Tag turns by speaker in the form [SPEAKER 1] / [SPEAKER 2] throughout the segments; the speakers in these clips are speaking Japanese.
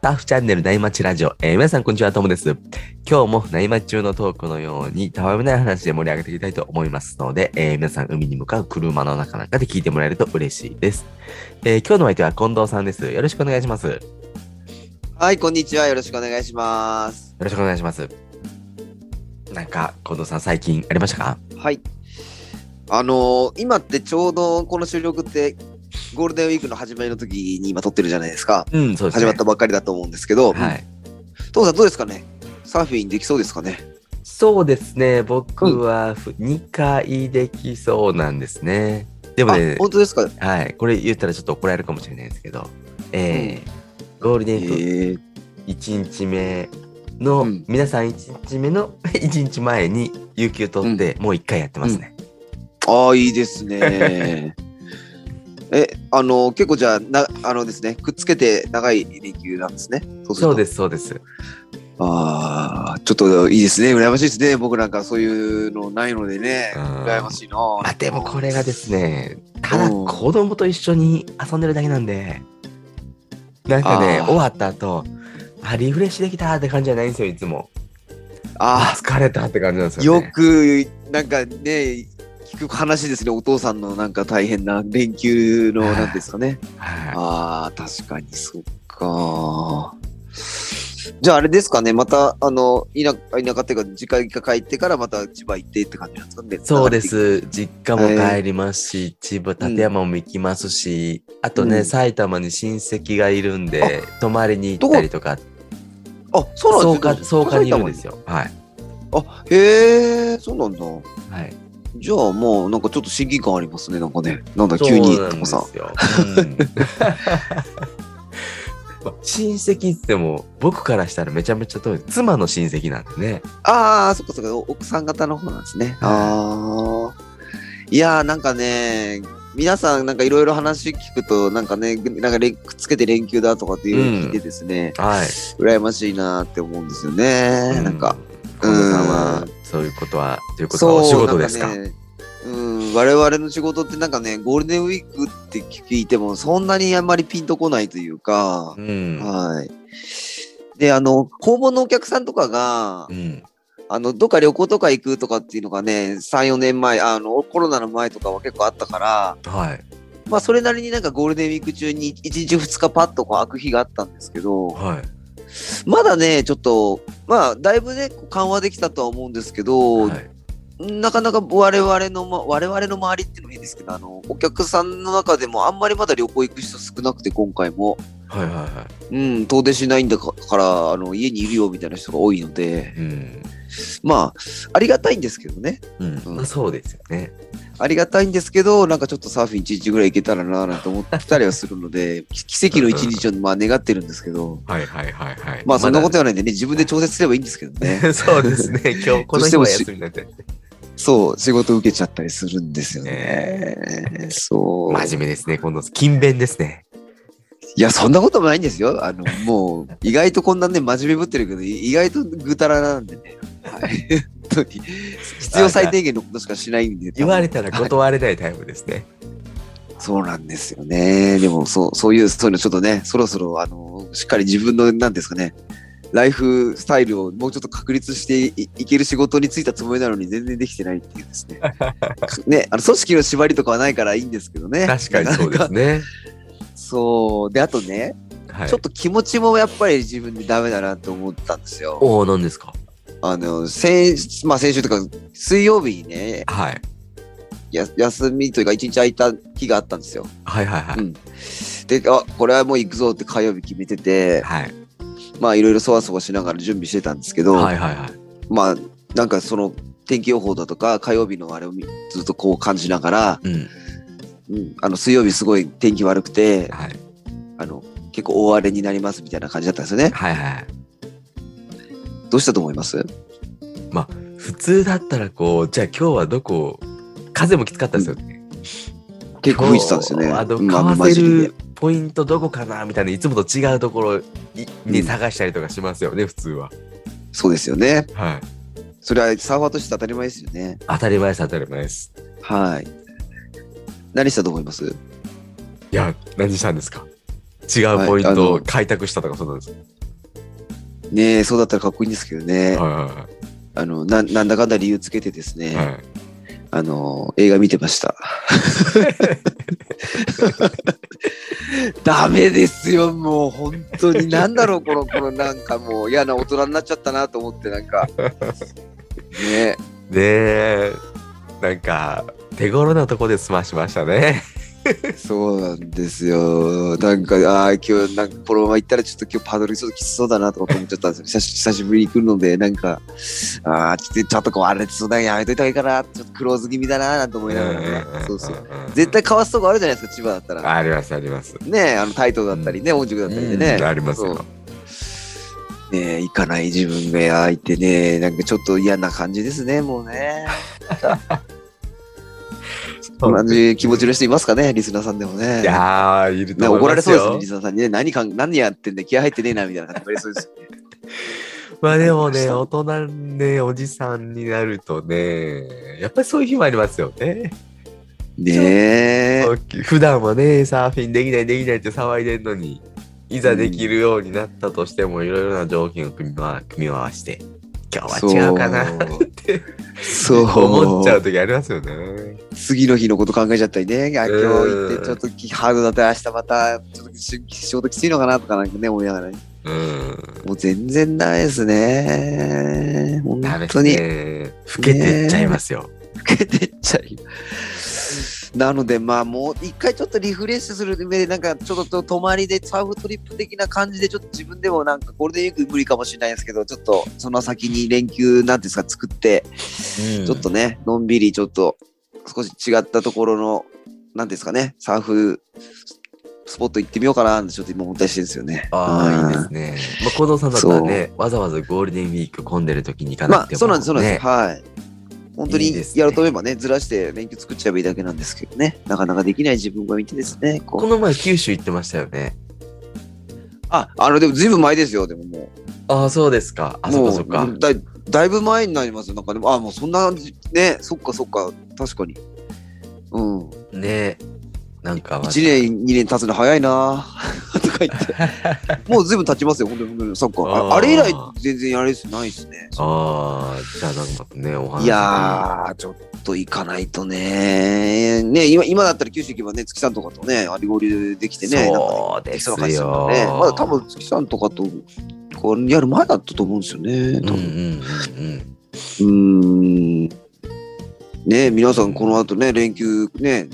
[SPEAKER 1] タッフチャンネル内町ラジオ、えー皆さんこんにちはともです今日も内町中のトークのようにたわめない話で盛り上げていきたいと思いますので、えー皆さん海に向かう車の中なんかで聞いてもらえると嬉しいです、えー今日のお相手は近藤さんですよろしくお願いしますよ
[SPEAKER 2] はい、こんにちは。よろしくお願いします。
[SPEAKER 1] ろしくお願いしますなんか近藤さん最近ありましたか
[SPEAKER 2] はい。あのー今ってちょうどこの収録って、ゴールデンウィークの始まりの時に今撮ってるじゃないですか。
[SPEAKER 1] うんそうです
[SPEAKER 2] 始
[SPEAKER 1] ね
[SPEAKER 2] まったばっかりだと思うんですけど、
[SPEAKER 1] はい
[SPEAKER 2] 父さんどうですかねサーフィンできそうですかね
[SPEAKER 1] そうですね僕は2回できそうなんですねでも
[SPEAKER 2] あ
[SPEAKER 1] ね、
[SPEAKER 2] 本当ですかえ
[SPEAKER 1] はい、これ言ったらちょっと怒られるかもしれないですけど、えーゴールデンウィーク
[SPEAKER 2] ー、
[SPEAKER 1] 1日目の、
[SPEAKER 2] うん
[SPEAKER 1] 皆さん1日目の 1日前に有給取って、もう1回やってますね。
[SPEAKER 2] ああ、いいで すね。え、あのー結構じゃあ、なあのですね、くっつけて長い連休なんですね。そ
[SPEAKER 1] そうですす、そうです。
[SPEAKER 2] と。ああ、ちょっといいですね。羨ましいですね。僕なんかそういうのないのでね。
[SPEAKER 1] うん
[SPEAKER 2] 羨ましいな。
[SPEAKER 1] まあでもこれがですね、ただ
[SPEAKER 2] うん
[SPEAKER 1] 子供と一緒に遊んでるだけなんで、なんかね、
[SPEAKER 2] あー
[SPEAKER 1] 終わった後、あ、リフレッシュできたって感じじゃないんですよ、いつも。あ
[SPEAKER 2] あ
[SPEAKER 1] 疲れたって感じなんです
[SPEAKER 2] あ、
[SPEAKER 1] よ
[SPEAKER 2] よ
[SPEAKER 1] ね。
[SPEAKER 2] く、なんかね、聞く話ですね。お父さんのなんか大変な連休の、
[SPEAKER 1] はい
[SPEAKER 2] なんですかね。
[SPEAKER 1] は
[SPEAKER 2] ああ、確かに、そっか。じゃああれですかね、また、あの、田舎、田舎っていうか、実家帰ってからまた千葉行ってって感じなんですかね。
[SPEAKER 1] い、そうで。す実家も帰りますし、千葉館山も行きますし、あとね、
[SPEAKER 2] うん
[SPEAKER 1] 埼玉に親戚がいるんで泊まりに行ったりとか
[SPEAKER 2] あ、そうなんです
[SPEAKER 1] か
[SPEAKER 2] ね
[SPEAKER 1] そうかにいるんです。よ。はい。
[SPEAKER 2] あ、へえ、そうなんだ。
[SPEAKER 1] はい。
[SPEAKER 2] じゃあもう、なんかちょっと親近感ありますね、なんかね。なんだ、急に、
[SPEAKER 1] そうなん
[SPEAKER 2] と
[SPEAKER 1] で
[SPEAKER 2] こさん。
[SPEAKER 1] すよ。うんまあ 親戚っても僕からしたらめちゃめちゃ遠い妻の親戚なんでね
[SPEAKER 2] ああ、そっかそっか、お奥さん方の方なんですね。ああ。いやー、なんかね、皆さんなんかいろいろ話聞くと、なんかね、なんかれんくっつけて連休だとかっていうのを聞いてですね、
[SPEAKER 1] はい
[SPEAKER 2] 羨ましいなーって思うんですよね。
[SPEAKER 1] う
[SPEAKER 2] なんか、
[SPEAKER 1] 近藤さんはそういうことはということは
[SPEAKER 2] う
[SPEAKER 1] お仕事ですか
[SPEAKER 2] なんねうん、我々の仕事ってなんかね、ゴールデンウィークって聞いても、そんなにあんまりピンとこないというか
[SPEAKER 1] う、ん
[SPEAKER 2] はい。で、あの、訪問のお客さんとかが
[SPEAKER 1] う、ん
[SPEAKER 2] あの、どっか旅行とか行くとかっていうのがね、3、4年前、あの、コロナの前とかは結構あったから、
[SPEAKER 1] はい
[SPEAKER 2] まあ、それなりになんかゴールデンウィーク中に1日2日パッとこう開く日があったんですけど、
[SPEAKER 1] はい
[SPEAKER 2] まだね、ちょっと、まあ、だいぶね、緩和できたとは思うんですけど、
[SPEAKER 1] はい
[SPEAKER 2] なかなか我々の、ま、我々の周りっていうのもいいですけど、あの、お客さんの中でもあんまりまだ旅行行く人少なくて、今回も、
[SPEAKER 1] はいはいは
[SPEAKER 2] うん、遠出しないんだかから、あの、家にいるよみたいな人が多いので
[SPEAKER 1] い、うん
[SPEAKER 2] まあ、ありがたいんですけどね。
[SPEAKER 1] うん
[SPEAKER 2] うん
[SPEAKER 1] まあそうですよね
[SPEAKER 2] ありがたいんですけど、なんかちょっとサーフィン1日ぐらい行けたらなぁなんて思ったりはするので、 き奇跡の1日をまあ願ってるんですけど、
[SPEAKER 1] はいはいはいはい
[SPEAKER 2] まあそんなこ
[SPEAKER 1] は
[SPEAKER 2] とはないんでね、自分で調節すればいいんですけどね。
[SPEAKER 1] そうですね今日この日は休みなんで
[SPEAKER 2] そう、仕事受けちゃったりするんですよね。そう。
[SPEAKER 1] 真面目ですね今度勤勉ですね
[SPEAKER 2] いや、そんなこともないんですよ。あの、もう、意外とこんなね、真面目ぶってるけど、い意外とぐたらなんでね。はい。 本当に。必要最低限のことしかしないんで。
[SPEAKER 1] 言われたら断れないタイプですね。
[SPEAKER 2] そうなんですよね。でも、そう、そういう、そういうのちょっとね、そろそろ、あの、しっかり自分の、なんですかね、ライフスタイルをもうちょっと確立していいける仕事に就いたつもりなのに全然できてないっていうです ね。ね、あの、組織の縛りとかはないからいいんですけどね。
[SPEAKER 1] 確かにそうで
[SPEAKER 2] な
[SPEAKER 1] す
[SPEAKER 2] か
[SPEAKER 1] ね。
[SPEAKER 2] なかそう。で、あとね、
[SPEAKER 1] はい、
[SPEAKER 2] ちょっと気持ちもやっぱり自分でダメだなと思ったんですよ。
[SPEAKER 1] おお、なんですか
[SPEAKER 2] あの、先、まあ先週とか、水曜日にね、
[SPEAKER 1] はい。
[SPEAKER 2] や休みというか一日空いた日があったんですよ。
[SPEAKER 1] はいはいはい。
[SPEAKER 2] うん、であこれはもう行くぞって火曜日決めてて
[SPEAKER 1] はい。
[SPEAKER 2] まあいろいろそわそわしながら準備してたんですけど、
[SPEAKER 1] はいはいはい。
[SPEAKER 2] まあなんかその天気予報だとか火曜日のあれを見ずっとこう感じながら、
[SPEAKER 1] うん。
[SPEAKER 2] うん、あの水曜日すごい天気悪くて
[SPEAKER 1] はい。
[SPEAKER 2] あの結構大荒れになりますみたいな感じだったんですよね。
[SPEAKER 1] はいはい。
[SPEAKER 2] どうしたと思います
[SPEAKER 1] 普通だったらこう、じゃあ今日はどこ、風もきつかったですよね。
[SPEAKER 2] 結構吹いてたんですよね。
[SPEAKER 1] 今日あの、
[SPEAKER 2] うん
[SPEAKER 1] 買
[SPEAKER 2] あの
[SPEAKER 1] わ
[SPEAKER 2] 混
[SPEAKER 1] せ
[SPEAKER 2] じりで
[SPEAKER 1] るポイントどこかなみたいな、いつもと違うところいに
[SPEAKER 2] うん
[SPEAKER 1] 探したりとかしますよね、普通は。
[SPEAKER 2] そうですよね。
[SPEAKER 1] はい。
[SPEAKER 2] それはサーファーとして当たり前ですよね。
[SPEAKER 1] 当たり前です、当たり前です。
[SPEAKER 2] はい。何したと思います
[SPEAKER 1] いや、何したんですか違うポイン
[SPEAKER 2] はいあ
[SPEAKER 1] トを
[SPEAKER 2] の
[SPEAKER 1] 開拓したとかそうなんですか
[SPEAKER 2] ねえ、そうだったらかっこいいんですけど
[SPEAKER 1] は
[SPEAKER 2] ね。
[SPEAKER 1] いは
[SPEAKER 2] あのな、なんだかんだ理由つけてですね、
[SPEAKER 1] いはい。
[SPEAKER 2] あの、映画見てました。 ダメですよ、もう本当に。なんだろう、この、このなんかもう嫌な大人になっちゃったなと思って、なんか。ね
[SPEAKER 1] で、なんか、手頃なとこで済ましましたね。
[SPEAKER 2] えそうなんですよ。なんか、ああ、今日、なんかこのまま行ったらちょっと今日パドルちょっときつそうだなとか思っちゃったんですよ。久し久しぶりに来るので、なんか、ああ、ちょっとちょっとこう、あれそうだやめといた方がいいかな、ちょっとクローズ気味だな、なんて思いながらね。そうそう。絶対かわすとこあるじゃないですか、千葉だったら。
[SPEAKER 1] ありますあります。
[SPEAKER 2] ねえ、あのタイトだったりね、音塾だったりでね。
[SPEAKER 1] うんあります
[SPEAKER 2] そ
[SPEAKER 1] よ。
[SPEAKER 2] うねえ、行かない自分が相手ね、なんかちょっと嫌な感じですね、もうね。同じ気持ちの人いますかね、リスナーさんでもね。
[SPEAKER 1] いやー、いる
[SPEAKER 2] ね
[SPEAKER 1] と思
[SPEAKER 2] 怒
[SPEAKER 1] い
[SPEAKER 2] ら
[SPEAKER 1] ま
[SPEAKER 2] れ
[SPEAKER 1] す
[SPEAKER 2] そうですね、
[SPEAKER 1] よ
[SPEAKER 2] リ。スナーさんにね。何かん何やってんだ、気合入ってねえな、みたいな感じ言われそ うです。
[SPEAKER 1] まあでもね、大人ね、おじさんになるとね、やっぱりそういう日もありますよね。
[SPEAKER 2] ねえ。
[SPEAKER 1] 普段はね、サーフィンできないできないって騒いでんのに、いざできるようになったとしても、いろいろな条件を組みま組み合わせて、今日は違うかなって
[SPEAKER 2] そ う。
[SPEAKER 1] 思っちゃう時ありますよね。
[SPEAKER 2] 次の日のこと考えちゃったりね、あ今日行っ
[SPEAKER 1] うん
[SPEAKER 2] てちょっときハードだったら明日またちょっとし仕事きついのかなとかなんかね、思いながらね。
[SPEAKER 1] うん。
[SPEAKER 2] もう全然ダメですね。本
[SPEAKER 1] ダメで
[SPEAKER 2] 当
[SPEAKER 1] す
[SPEAKER 2] に
[SPEAKER 1] ね。老けてっちゃいますよ。
[SPEAKER 2] 受けてっちゃいますなのでまあもう一回ちょっとリフレッシュする上でなんかちょっと泊まりでサーフトリップ的な感じでちょっと自分でもなんかゴールデンウィーク無理かもしれないですけどちょっとその先に連休なんていうんですか作って
[SPEAKER 1] ち
[SPEAKER 2] ちょっとねのんびりちょっと少し違ったところのなんていうんですかねサーフスポット行ってみようかなってちょっと今思ったりしてるんですよね。
[SPEAKER 1] ああ、いいですね。まあ、近藤さんだったらね、わざわざゴールデンウィーク混んでる時に行かな
[SPEAKER 2] ま
[SPEAKER 1] くても、ね。
[SPEAKER 2] あ、そうなんです、そうなんです。はい。本当
[SPEAKER 1] いい
[SPEAKER 2] に
[SPEAKER 1] ですね
[SPEAKER 2] やろうと思えばね、ずらして連休作っちゃえばいいだけなんですけどね、なかなかできない自分が見てですね、
[SPEAKER 1] こ
[SPEAKER 2] こう。
[SPEAKER 1] の前、九州行ってましたよね。
[SPEAKER 2] あ、あの、でもずいぶん前ですよ、でももう。
[SPEAKER 1] ああ、そうですか。あ、そっ
[SPEAKER 2] も
[SPEAKER 1] か
[SPEAKER 2] う
[SPEAKER 1] そっか。
[SPEAKER 2] だい。だいぶ前になりますよ、なんかでも、あ、もうそんな、ね、そっかそっか、確かに。うん。
[SPEAKER 1] ねなんか、
[SPEAKER 2] 1年、2年経つの早いな ぁとか言 って。もうずいぶん経ちますよ、本当に、本当に。そっか。
[SPEAKER 1] あー
[SPEAKER 2] ああれ以来、全然あれですないですね。
[SPEAKER 1] ああ、じゃあなんかね、お話。
[SPEAKER 2] いやー、ちょっと行かないとね。ね今、今だったら九州行けばね、月さんとかとね、あり合流できてね、なんかね
[SPEAKER 1] そうで
[SPEAKER 2] き
[SPEAKER 1] す
[SPEAKER 2] そ
[SPEAKER 1] よ
[SPEAKER 2] うな感じするからね。まだ多分月さんとかと、こうやる前だったと思うんですよね。
[SPEAKER 1] うんう
[SPEAKER 2] 多
[SPEAKER 1] ん
[SPEAKER 2] 分
[SPEAKER 1] うんうん。
[SPEAKER 2] うーん。ね皆さんこの後ね、連休ね、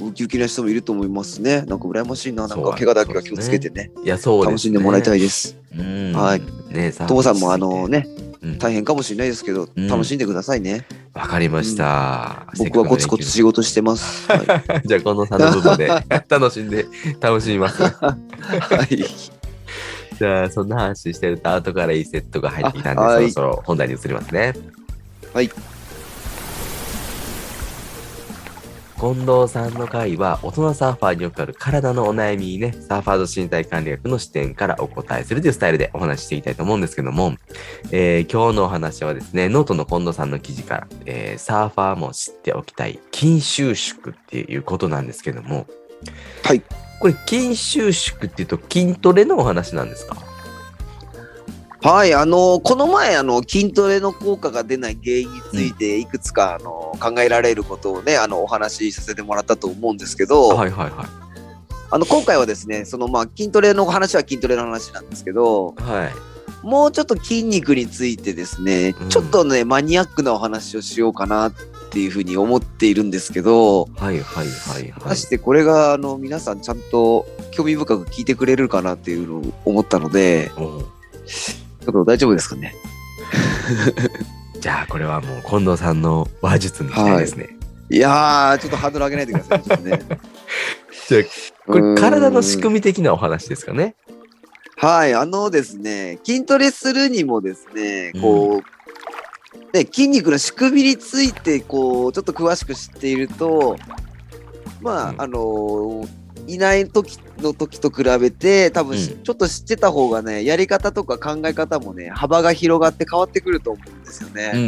[SPEAKER 2] ウキウキな人もいると思いますね。なんか羨ましいな。なん
[SPEAKER 1] そう
[SPEAKER 2] か怪我だけは気をつけてね、
[SPEAKER 1] いや、そうです、ね。
[SPEAKER 2] 楽しんでもらいたいです。
[SPEAKER 1] うん。
[SPEAKER 2] はい。
[SPEAKER 1] ねさ
[SPEAKER 2] ともさんもあの、ね、
[SPEAKER 1] うん
[SPEAKER 2] 大変かもしれないですけど、
[SPEAKER 1] うん
[SPEAKER 2] 楽しんでくださいね。
[SPEAKER 1] わかりました。
[SPEAKER 2] 僕はコツコツ仕事し てます。はい
[SPEAKER 1] じゃあ、この3の部分で 楽しんで、楽しみます。
[SPEAKER 2] はい。
[SPEAKER 1] じゃあ、そんな話してると、後からいいセットが入ってきたんで、
[SPEAKER 2] あ
[SPEAKER 1] そ
[SPEAKER 2] は
[SPEAKER 1] ろ
[SPEAKER 2] い
[SPEAKER 1] そろ本題に移りますね。
[SPEAKER 2] はい。
[SPEAKER 1] 近藤さんの回は、大人サーファーによくある体のお悩みにね、サーファーと身体管理学の視点からお答えするというスタイルでお話ししていきたいと思うんですけども、えー今日のお話はですね、ノートの近藤さんの記事から、えーサーファーも知っておきたい筋収縮っていうことなんですけども、
[SPEAKER 2] はい。
[SPEAKER 1] これ、筋収縮っていうと筋トレのお話なんですか
[SPEAKER 2] はい、あのこの前あの筋トレの効果が出ない原因についていくつか、あの考えられることをねあのお話しさせてもらったと思うんですけど、
[SPEAKER 1] はいはいは
[SPEAKER 2] あの今回はですねそのまあ筋トレの話は筋トレの話なんですけど
[SPEAKER 1] い。はい。
[SPEAKER 2] もうちょっと筋肉についてですね、
[SPEAKER 1] うん
[SPEAKER 2] ちょっとねマニアックなお話をしようかなっていうふうに思っているんですけど
[SPEAKER 1] はいはいはい
[SPEAKER 2] 果
[SPEAKER 1] は
[SPEAKER 2] た
[SPEAKER 1] い。
[SPEAKER 2] してこれがあの皆さんちゃんと興味深く聞いてくれるかなっていうのを思ったので
[SPEAKER 1] おう
[SPEAKER 2] ちょっと大丈夫ですか ね
[SPEAKER 1] じゃあこれはもう近藤さんの話術に期待ですね。
[SPEAKER 2] いやー、ちょっとハードル上げないでください。ちょっとね
[SPEAKER 1] じゃあこ
[SPEAKER 2] うー
[SPEAKER 1] れ
[SPEAKER 2] ん
[SPEAKER 1] 体の仕組み的なお話ですかね。
[SPEAKER 2] はい、あのですね、筋トレするにもですね、こう、ね、筋肉の仕組みについて、こう、ちょっと詳しく知っていると、まあ、
[SPEAKER 1] うん
[SPEAKER 2] あのーいない時の時と比べて、多分、
[SPEAKER 1] うん
[SPEAKER 2] ちょっと知ってた方がね、やり方とか考え方もね、幅が広がって変わってくると思うんですよね。
[SPEAKER 1] うん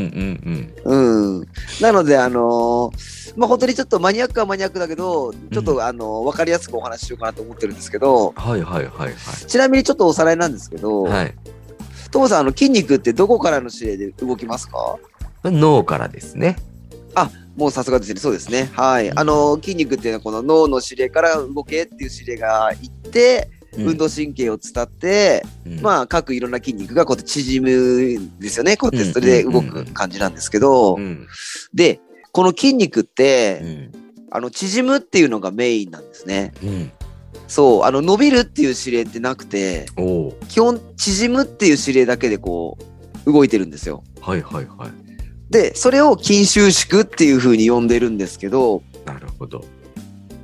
[SPEAKER 1] うん
[SPEAKER 2] うん、なので、あのーまあ、本当にちょっとマニアックはマニアックだけど、ちょっと、あのーわかりやすくお話ししようかなと思ってるんですけど、
[SPEAKER 1] うん。はいはいはいはい。
[SPEAKER 2] ちなみにちょっとおさらいなんですけど、
[SPEAKER 1] はい。
[SPEAKER 2] トモさん、あの筋肉ってどこからの指令で動きますか
[SPEAKER 1] 脳からですね。
[SPEAKER 2] もうさすがですね、そうですね。はい。あの、筋肉っていうのはこの脳の指令から動けっていう指令がいって、運動神経を伝って、
[SPEAKER 1] あ、
[SPEAKER 2] まあ、各いろんな筋肉がこうやって縮むんですよね。こうやってそれで動く感じなんですけど、
[SPEAKER 1] うん
[SPEAKER 2] で、この筋肉って、
[SPEAKER 1] うん
[SPEAKER 2] あの、縮むっていうのがメインなんですね。
[SPEAKER 1] うん、
[SPEAKER 2] そう、あの、伸びるっていう指令ってなくて、
[SPEAKER 1] おお、
[SPEAKER 2] 基本、縮むっていう指令だけでこう、動いてるんですよ。
[SPEAKER 1] はいはいはい。
[SPEAKER 2] で、それを筋収縮っていう風に呼んでるんですけど、
[SPEAKER 1] なるほど。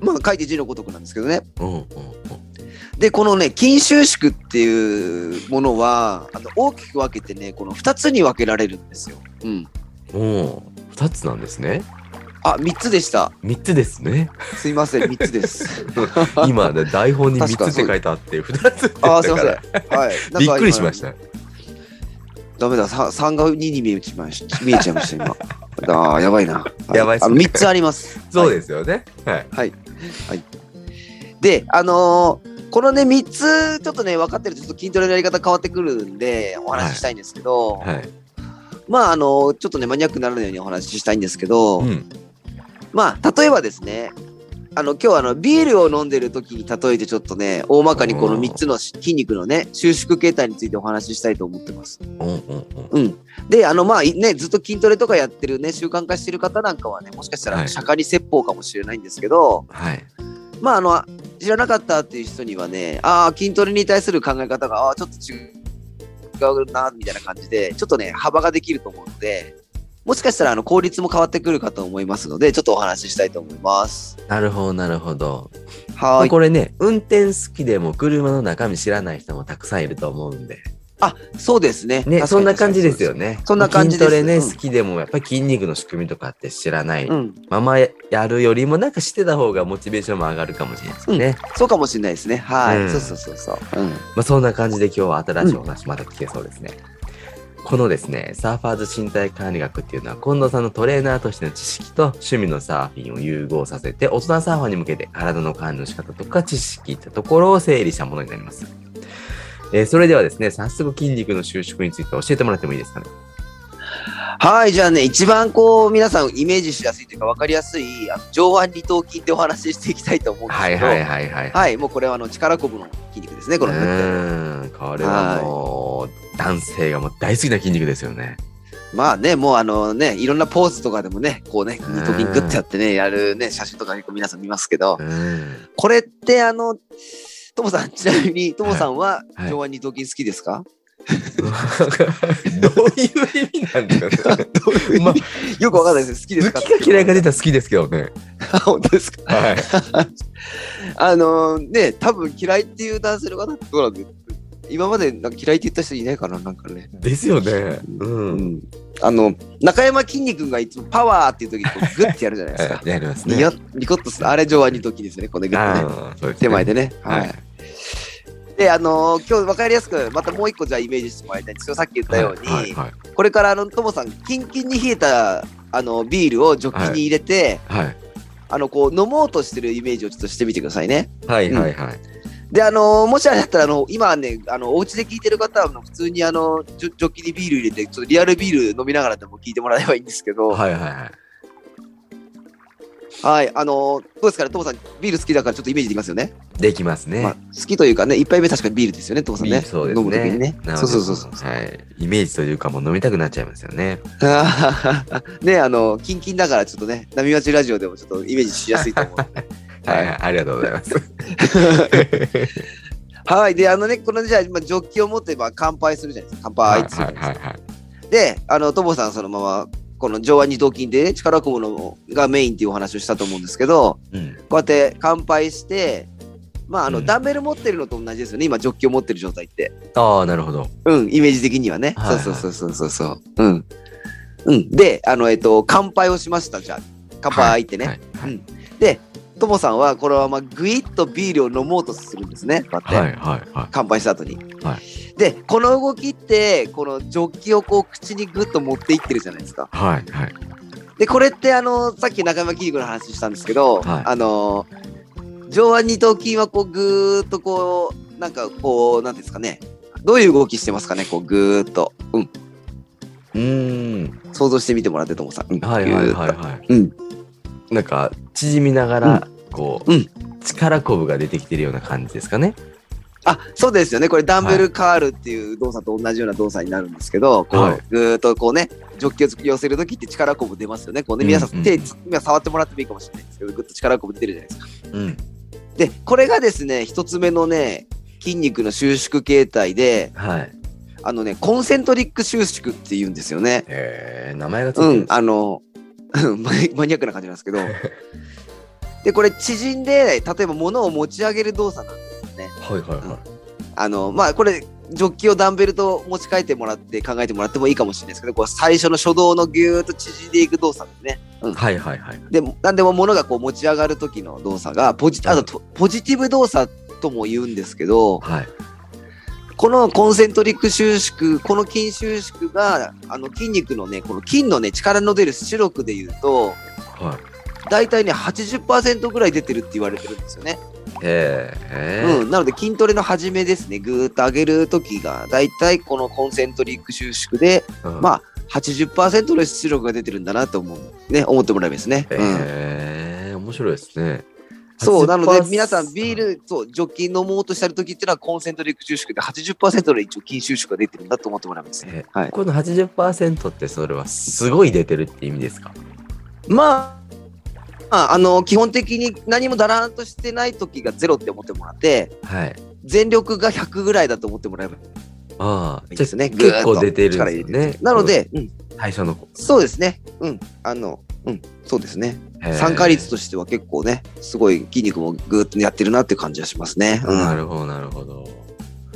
[SPEAKER 2] まあ、書いて字のごとくなんですけどね。
[SPEAKER 1] うんうんうん。
[SPEAKER 2] で、このね、筋収縮っていうものは、あの大きく分けてね、この2つに分けられるんですよ。うん。
[SPEAKER 1] おお、二つなんですね。
[SPEAKER 2] あ、3つでした。
[SPEAKER 1] 三つです ね。
[SPEAKER 2] すいません、3つです。
[SPEAKER 1] 今ね台本に三
[SPEAKER 2] 確
[SPEAKER 1] つ
[SPEAKER 2] か
[SPEAKER 1] って書いてあって二つって言
[SPEAKER 2] あ
[SPEAKER 1] っ
[SPEAKER 2] ー、すい
[SPEAKER 1] た
[SPEAKER 2] ま
[SPEAKER 1] か
[SPEAKER 2] せん。
[SPEAKER 1] ら
[SPEAKER 2] はい。なんか
[SPEAKER 1] びっ
[SPEAKER 2] 今
[SPEAKER 1] くりしました。
[SPEAKER 2] ダメだ、さ3が2に見えちまい見えちゃいました、今。ああ、やばいな。はい
[SPEAKER 1] やばいっすね
[SPEAKER 2] あの、3つあります。
[SPEAKER 1] そうですよね。はい。
[SPEAKER 2] で、あのーこのね、3つ、ちょっとね、分かってると、ちょっと筋トレのやり方変わってくるんで、お話ししたいんですけど、
[SPEAKER 1] はい。
[SPEAKER 2] まあ、あのーちょっとね、マニアックにならないようにお話ししたいんですけど、
[SPEAKER 1] うん。
[SPEAKER 2] まあ、例えばですね、あの、今日あの、ビールを飲んでる時に例えて、ちょっとね、大まかにこの3つの筋肉のね、収縮形態についてお話ししたいと思ってます。
[SPEAKER 1] うんうんうん。
[SPEAKER 2] うん。で、あの、まあ、いね、ずっと筋トレとかやってるね、習慣化してる方なんかはね、もしかした
[SPEAKER 1] は
[SPEAKER 2] ら、
[SPEAKER 1] い
[SPEAKER 2] 釈迦に説法かもしれないんですけど、
[SPEAKER 1] はい。
[SPEAKER 2] まあ、あの、知らなかったっていう人にはね、ああ、筋トレに対する考え方が、ああ、ちょっと違うな、みたいな感じで、ちょっとね、幅ができると思うので、もしかしたら、あの、効率も変わってくるかと思いますので、ちょっとお話ししたいと思います。
[SPEAKER 1] なるほどなるほど。ま
[SPEAKER 2] は
[SPEAKER 1] あ
[SPEAKER 2] ーい。
[SPEAKER 1] これね運転好きでも車の中身知らない人もたくさんいると思うんで。
[SPEAKER 2] あ、そうですね。確か
[SPEAKER 1] ね
[SPEAKER 2] に
[SPEAKER 1] そんな感じですよ。ね。
[SPEAKER 2] そんな感じです
[SPEAKER 1] 筋トレね、
[SPEAKER 2] うん
[SPEAKER 1] 好きでもやっぱり筋肉の仕組みとかって知らない
[SPEAKER 2] 確かにうん。
[SPEAKER 1] ままやるよりもなんかしてた方がモチベーションも上がるかもしれないですね。
[SPEAKER 2] そうかもしれないですね。はい。
[SPEAKER 1] うん
[SPEAKER 2] そうそうそうそう。うん。
[SPEAKER 1] まあ、そんな感じで今日は新しいお話また聞けそうですね。このですね、サーファーズ身体管理学っていうのは、近藤さんのトレーナーとしての知識と趣味のサーフィンを融合させて、大人サーファーに向けて体の管理の仕方とか知識ってところを整理したものになります。えーそれではですね、早速筋肉の収縮について教えてもらってもいいですかね。
[SPEAKER 2] はい、じゃあね、一番こう、皆さんイメージしやすいというか、分かりやすい、あの上腕二頭筋でお話ししていきたいと思うんです
[SPEAKER 1] は
[SPEAKER 2] け
[SPEAKER 1] い
[SPEAKER 2] ど、
[SPEAKER 1] はいはいはい。
[SPEAKER 2] はいもうこれはあの力こぶの筋肉ですね、こ
[SPEAKER 1] う
[SPEAKER 2] の
[SPEAKER 1] ーん、これはもう、男性がもう大好きな筋肉ですよね。
[SPEAKER 2] まあね、もうあのね、いろんなポーズとかでもね、こうね、二頭筋グッてやってね、やるね、写真とか結構皆さん見ますけど
[SPEAKER 1] う、 ん。
[SPEAKER 2] これってあの、ともさん、ちなみに、ともさんは
[SPEAKER 1] はい
[SPEAKER 2] 上腕二頭筋好きですか、
[SPEAKER 1] どういう意味なんですかね。 まあ
[SPEAKER 2] よくわかんないです。好きですか
[SPEAKER 1] 好きか嫌いか出
[SPEAKER 2] た。
[SPEAKER 1] たら好きですけどね。
[SPEAKER 2] 本当ですか
[SPEAKER 1] はい。
[SPEAKER 2] あのね、多分嫌いっていう男性の方ってどうなんです今までなんか嫌いって言った人いないかななんかね。
[SPEAKER 1] ですよね。う。
[SPEAKER 2] うんん。あの、中山きんに君がいつもパワーっていう時にこうグッてやるじゃな いです
[SPEAKER 1] え
[SPEAKER 2] か。
[SPEAKER 1] えやります
[SPEAKER 2] ニ
[SPEAKER 1] ね。
[SPEAKER 2] ヤニコッとする。あれ上腕二頭筋ですね。これグッとね。
[SPEAKER 1] ああ、そうですね
[SPEAKER 2] 手前。でね。
[SPEAKER 1] は
[SPEAKER 2] はいい。。で、あのー今日分かりやすく、またもう一個じゃあイメージしてもらいたいんですけど、さっき言ったように、
[SPEAKER 1] はいはい
[SPEAKER 2] これからあの、ともさん、キンキンに冷えた、あの、ビールをジョッキに入れて、
[SPEAKER 1] はい。
[SPEAKER 2] あの、こう、飲もうとしてるイメージをちょっとしてみてくださいね。
[SPEAKER 1] はいはいはい。
[SPEAKER 2] で、あのーもしあれだったら、あの、今ね、あの、お家で聞いてる方は、あの普通にあの、ジョジョッキにビール入れて、ちょっとリアルビール飲みながらでも聞いてもらえばいいんですけど、はい、
[SPEAKER 1] はいはいはい。
[SPEAKER 2] あのーどうですかね、トモさん、ビール好きだからちょっとイメージできますよね。
[SPEAKER 1] できますね。
[SPEAKER 2] まあ、好きというかね、一杯目確かにビールですよね、トモさん
[SPEAKER 1] い
[SPEAKER 2] ね。
[SPEAKER 1] いそうですね。
[SPEAKER 2] 飲むときにね。
[SPEAKER 1] なの
[SPEAKER 2] そ
[SPEAKER 1] で
[SPEAKER 2] うそうそうそう。
[SPEAKER 1] はい。イメージというかもう飲みたくなっちゃいますよね。
[SPEAKER 2] あー ね、あの、キンキンだからちょっとね、波町ラジオでもちょっとイメージしやすい と思う。
[SPEAKER 1] は
[SPEAKER 2] はいい
[SPEAKER 1] はい。ありがとうござい ます。
[SPEAKER 2] はい。で、あのね、このねじゃあ、まあジョッキを持って、まあ、乾杯するじゃないですか。乾
[SPEAKER 1] はい
[SPEAKER 2] 杯するじゃな
[SPEAKER 1] はい
[SPEAKER 2] です
[SPEAKER 1] い
[SPEAKER 2] か。
[SPEAKER 1] はいはい。
[SPEAKER 2] で、あの、ともさんそのまま、この上腕二頭筋でね、力こぶのがメインっていうお話をしたと思うんですけど、
[SPEAKER 1] うん。
[SPEAKER 2] こうやって乾杯して、まあ、あの、
[SPEAKER 1] うん
[SPEAKER 2] ダンベル持ってるのと同じですよね。今、ジョッキを持ってる状態って。
[SPEAKER 1] ああ、なるほど。
[SPEAKER 2] うん、イメージ的にはね。
[SPEAKER 1] はいはい
[SPEAKER 2] そうそうそうそうそう。うん。うん。で、あの、えっと、乾杯をしました、じゃあ。乾杯ってね。
[SPEAKER 1] はいはい
[SPEAKER 2] で、ともさんは、このままぐいっとビールを飲もうとするんですね。こうやって。
[SPEAKER 1] はいはいは
[SPEAKER 2] 乾杯した後に。
[SPEAKER 1] は
[SPEAKER 2] で、この動きって、このジョッキをこう、口にぐっと持っていってるじゃないですか。
[SPEAKER 1] い。はいはい。
[SPEAKER 2] で、これってあの、さっき中山筋肉の話したんですけど、
[SPEAKER 1] はい
[SPEAKER 2] あの、上腕二頭筋はこう、ぐーっとこう、なんかこう、なんていうんですかね、どういう動きしてますかねこうぐーっと、うん、
[SPEAKER 1] うーん。
[SPEAKER 2] 想像してみてもらってともさん、うん、
[SPEAKER 1] はいはいはい
[SPEAKER 2] ぐーっ
[SPEAKER 1] はい。
[SPEAKER 2] とうん
[SPEAKER 1] なんか、縮みながら、こう、
[SPEAKER 2] うん
[SPEAKER 1] 力こぶが出てきてるような感じですかね。
[SPEAKER 2] あそうですよねこれダンベルカールっていう動作と同じような動作になるんですけど、こう
[SPEAKER 1] はい
[SPEAKER 2] ぐーっとこうねジョッキを寄せる時って力こぶ出ますよねこうね皆さ
[SPEAKER 1] うんうん
[SPEAKER 2] ん手つ今触ってもらってもいいかもしれないですけどぐっと力こぶ出てるじゃないですか
[SPEAKER 1] うん。
[SPEAKER 2] でこれがですね一つ目のね筋肉の収縮形態で
[SPEAKER 1] はい。
[SPEAKER 2] あのねコンセントリック収縮って言うんですよね
[SPEAKER 1] えー、名前がついて
[SPEAKER 2] う
[SPEAKER 1] る
[SPEAKER 2] ん、あの、 うんマニマニアックな感じなんですけど。で、これ縮んで、例えば物を持ち上げる動作なんですね。
[SPEAKER 1] はいはいはい。
[SPEAKER 2] あの、まあ、これ、ジョッキをダンベルと持ち替えてもらって考えてもらってもいいかもしれないですけど、こう最初の初動のぎゅーっと縮んでいく動作ですね。
[SPEAKER 1] はいはいはい。
[SPEAKER 2] で、なんでも物がこう持ち上がる時の動作が、ポジあととポジティブ動作とも言うんですけど、
[SPEAKER 1] はい。
[SPEAKER 2] このコンセントリック収縮、この筋収縮が、あの筋肉のね、この筋のね、力の出る出力で言うと、
[SPEAKER 1] はい。
[SPEAKER 2] 大体ね80%ぐらい出てるって言われてるんですよね、
[SPEAKER 1] えー、え
[SPEAKER 2] うん、なので筋トレの始めですねぐーっと上げる時が大体このコンセントリック収縮で
[SPEAKER 1] ーうん
[SPEAKER 2] まあ80%の出力が出てるんだなと思うね思ってもらえばいいですね、うん、
[SPEAKER 1] えー、面白いですね。
[SPEAKER 2] そうなので
[SPEAKER 1] 80%
[SPEAKER 2] 皆さんビールそう除菌飲もうとしてる時っていうのはコンセントリック収縮で80%の一応筋収縮が出てるんだと思ってもらえばいいですね
[SPEAKER 1] え、
[SPEAKER 2] はい、
[SPEAKER 1] この80%ってそれはすごい出てるって意味ですか
[SPEAKER 2] まあああの基本的に何もだらーんとしてない時がゼロって思ってもらって
[SPEAKER 1] はい。
[SPEAKER 2] 全力が100ぐらいだと思ってもらえば
[SPEAKER 1] ああ、
[SPEAKER 2] いいですね。
[SPEAKER 1] 結構出てるん
[SPEAKER 2] ぐーっと力
[SPEAKER 1] で
[SPEAKER 2] 入
[SPEAKER 1] す
[SPEAKER 2] れ
[SPEAKER 1] よね。
[SPEAKER 2] てなので、うん、
[SPEAKER 1] 最初の子。
[SPEAKER 2] そうですね。うん、あの、うん、そうですね。
[SPEAKER 1] へー
[SPEAKER 2] 参加率としては結構ね、すごい筋肉もぐーっとやってるなっていう感じはしますね。うん
[SPEAKER 1] なるほど、なるほど。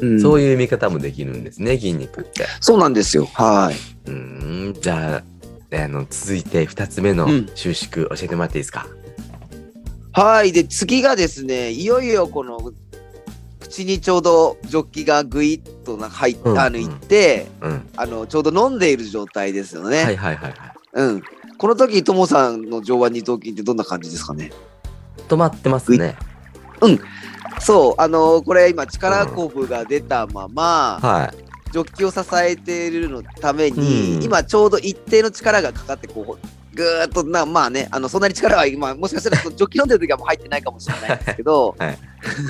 [SPEAKER 2] うん
[SPEAKER 1] そういう見方もできるんですね、筋肉って。
[SPEAKER 2] そうなんですよ。はい。
[SPEAKER 1] うーん、じゃあ、あの続いて2つ目の
[SPEAKER 2] うん
[SPEAKER 1] 収縮、教えてもらっていいですか。
[SPEAKER 2] はい。で、次がですね、いよいよこの、口にちょうどジョッキがぐいっとなんか入っ
[SPEAKER 1] うん
[SPEAKER 2] あのいって、
[SPEAKER 1] うん。
[SPEAKER 2] あの、ちょうど飲んでいる状態ですよね。
[SPEAKER 1] はいはいはいはい。
[SPEAKER 2] うん。この時、ともさんの上腕二頭筋ってどんな感じですかね
[SPEAKER 1] 止まってますね。
[SPEAKER 2] そう、あのこれ今、力こぶが出たまま、
[SPEAKER 1] は
[SPEAKER 2] ジョッキを支えているのために、
[SPEAKER 1] うん
[SPEAKER 2] 今ちょうど一定の力がかかってこうぐーっとなまあねあのそんなに力は今もしかしたらそのジョッキ飲んでる時はもう入ってないかもしれないですけど、
[SPEAKER 1] はい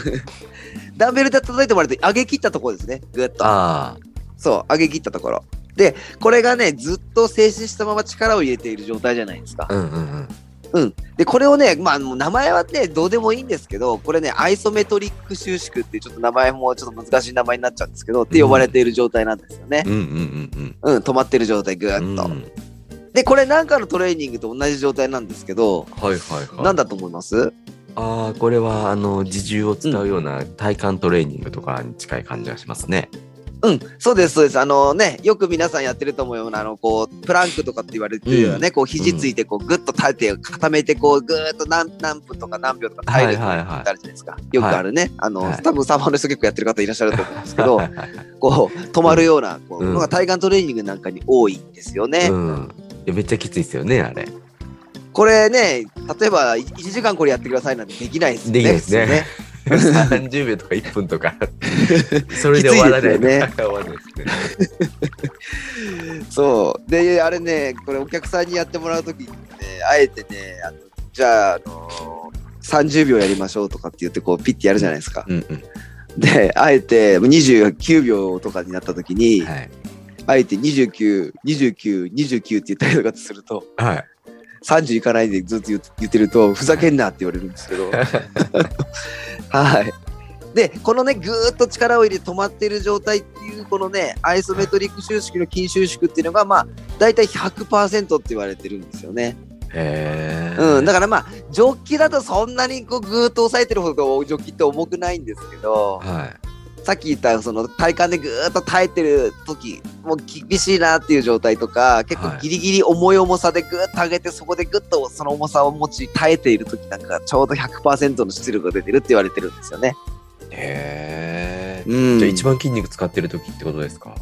[SPEAKER 2] ダンベルで叩いてもらうと上げ切ったところですねぐーっ
[SPEAKER 1] い。
[SPEAKER 2] と
[SPEAKER 1] あ
[SPEAKER 2] そう上げ切ったところでこれがねずっと静止したまま力を入れている状態じゃないですか
[SPEAKER 1] あ、うんうんうん。
[SPEAKER 2] でこれをねまあもう名前はねどうでもいいんですけどこれねアイソメトリック収縮っていうちょっと名前もちょっと難しい名前になっちゃうんですけど、って呼ばれている状態なんですよね
[SPEAKER 1] うんうんうん
[SPEAKER 2] うん、止まってる状態、ぐ
[SPEAKER 1] うん。
[SPEAKER 2] ーっと。
[SPEAKER 1] うん
[SPEAKER 2] で、これなんかのトレーニングと同じ状態なんですけど、
[SPEAKER 1] はいはいはい。
[SPEAKER 2] なんだと思います
[SPEAKER 1] ああ、これはあの自重を使うような体幹トレーニングとかに近い感じがしますね。
[SPEAKER 2] うん、そうです、そうです。あのね、よく皆さんやってると思うような、あの、こう、プランクとかって言われてるようなね、こう、肘ついて、こう、ぐっと立て、固めて、こう、ぐーっと何何分とか何秒とか耐えるって
[SPEAKER 1] はいは
[SPEAKER 2] あ
[SPEAKER 1] い
[SPEAKER 2] る
[SPEAKER 1] はい
[SPEAKER 2] じゃないですか。よくあるね。あの、
[SPEAKER 1] はい
[SPEAKER 2] 多分サーファーの人結構やってる方いらっしゃると思うんですけど
[SPEAKER 1] はい、はいはい
[SPEAKER 2] こう、止まるような、こう、
[SPEAKER 1] うん
[SPEAKER 2] のが体幹トレーニングなんかに多いんですよね。
[SPEAKER 1] うん。いやめっちゃきついですよね、あれ。
[SPEAKER 2] これね、例えば1時間これやってくださいなんてできないですよね。
[SPEAKER 1] できないですね
[SPEAKER 2] 普通
[SPEAKER 1] 30秒とか1分と か。それで終わらない
[SPEAKER 2] きついですよね
[SPEAKER 1] 終わらないですね。
[SPEAKER 2] そう。で、あれね、これお客さんにやってもらうときにね、あえてね、あのじゃあ、あの30秒やりましょうとかって言って、こう、ピッてやるじゃないですか。
[SPEAKER 1] うんう
[SPEAKER 2] で、あえて29秒とかになったときに、
[SPEAKER 1] ん。はい。
[SPEAKER 2] あえて29、29、29って言ったりとかすると、
[SPEAKER 1] はい。
[SPEAKER 2] 30いかないでずっと言って言ってると、ふざけんなって言われるんですけど。はい。で、このね、ぐーっと力を入れて止まっている状態っていう、このね、アイソメトリック収縮の筋収縮っていうのが、まあ、大体100%って言われてるんですよね。
[SPEAKER 1] へえ。
[SPEAKER 2] うん、だ
[SPEAKER 1] か
[SPEAKER 2] からまあ、ジョッキだとそんなにこうぐーっと押さえてるほどジョッキって重くないんですけど、
[SPEAKER 1] はい。
[SPEAKER 2] さっき言ったその体幹でぐーっと耐えてる時もう厳しいなっていう状態とか結
[SPEAKER 1] は
[SPEAKER 2] 構
[SPEAKER 1] い
[SPEAKER 2] ギリギリ重い重さでぐーっと上げてそこでぐっとその重さを持ち耐えている時なんかがちょうど100%の出力が出てるって言われてるんですよね。
[SPEAKER 1] へえ。
[SPEAKER 2] うん
[SPEAKER 1] じゃあ一番筋肉使ってる時ってことですか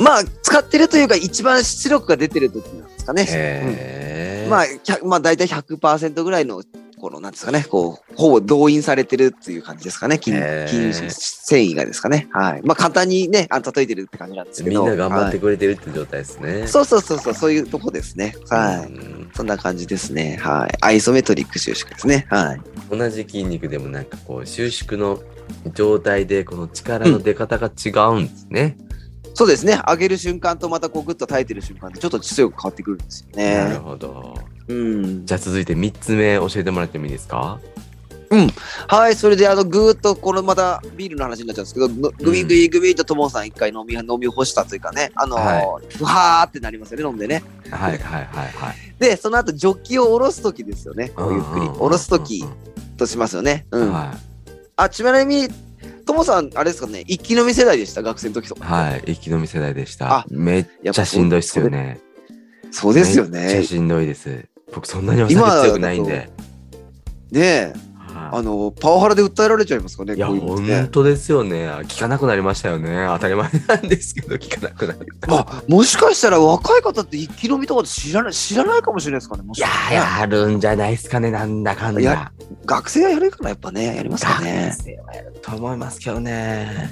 [SPEAKER 2] まあ使ってるというか一番出力が出てる時なんですかね。
[SPEAKER 1] へえ。
[SPEAKER 2] まあ、
[SPEAKER 1] あ、
[SPEAKER 2] 100まあ大体100%ぐらいのこの、なんですかね、こう、ほぼ動員されてるっていう感じですかね、筋、
[SPEAKER 1] へー
[SPEAKER 2] 筋繊維がですかね。はい。まあ、簡単にね、あの叩いてるって感じなんですけ
[SPEAKER 1] み
[SPEAKER 2] ど。
[SPEAKER 1] んな頑張っ
[SPEAKER 2] は
[SPEAKER 1] てくれてるって状態ですね。
[SPEAKER 2] いそうそうそうそう、そういうとこですね。はい。
[SPEAKER 1] うん
[SPEAKER 2] そんな感じですね。はい。アイソメトリック収縮ですね。はい。
[SPEAKER 1] 同じ筋肉でもなんかこう収縮の状態でこの力の出方が違うんですね。
[SPEAKER 2] そうですね。上げる瞬間とまたこうグッと耐えてる瞬間でちょっと強く変わってくるんですよ
[SPEAKER 1] なる
[SPEAKER 2] ね。
[SPEAKER 1] ほど。
[SPEAKER 2] うん。
[SPEAKER 1] じゃあ続いて3つ目教えてもらってもいいですか
[SPEAKER 2] はい、それであのぐーっとこのまたビールの話になっちゃうんですけど、ぐぐいぐいぐいとともさん一回飲み飲み干したというかね、あのー
[SPEAKER 1] は
[SPEAKER 2] ふはーってなりますよね、飲んでね。
[SPEAKER 1] はいはいはいはい。
[SPEAKER 2] で、その後ジョッキを下ろすときですよね、こうゆっくり。下ろすときとしますよね。
[SPEAKER 1] う
[SPEAKER 2] うん
[SPEAKER 1] うんうんうん
[SPEAKER 2] ん。
[SPEAKER 1] は
[SPEAKER 2] あ、ちなみに、ともさん、あれですかね、一気飲み世代でした、学生の時と
[SPEAKER 1] い。。はい。生き延み世代でした
[SPEAKER 2] あ。
[SPEAKER 1] めっちゃしんどいっすよね。
[SPEAKER 2] そうですよ
[SPEAKER 1] めっちゃ
[SPEAKER 2] ね。
[SPEAKER 1] しんどいです。僕そんなにお酒強くないん
[SPEAKER 2] 今
[SPEAKER 1] で。
[SPEAKER 2] ねえ、あ
[SPEAKER 1] は
[SPEAKER 2] の、パワハラで訴えられちゃいますかね、
[SPEAKER 1] いいや、
[SPEAKER 2] こういうのってね
[SPEAKER 1] 本当ですよね。聞かなくなりましたよね。当たり前なんですけど、聞かなくなった。
[SPEAKER 2] まあ、もしかしたら若い方って一気飲みとかって知らない知らないかもしれないですかね。も
[SPEAKER 1] い
[SPEAKER 2] し
[SPEAKER 1] や
[SPEAKER 2] かした
[SPEAKER 1] ー、
[SPEAKER 2] らね
[SPEAKER 1] やるんじゃないですかね、なんだかんだ
[SPEAKER 2] いや。学生はやるからやっぱねやりますかね。
[SPEAKER 1] 生はやると思いますけどね。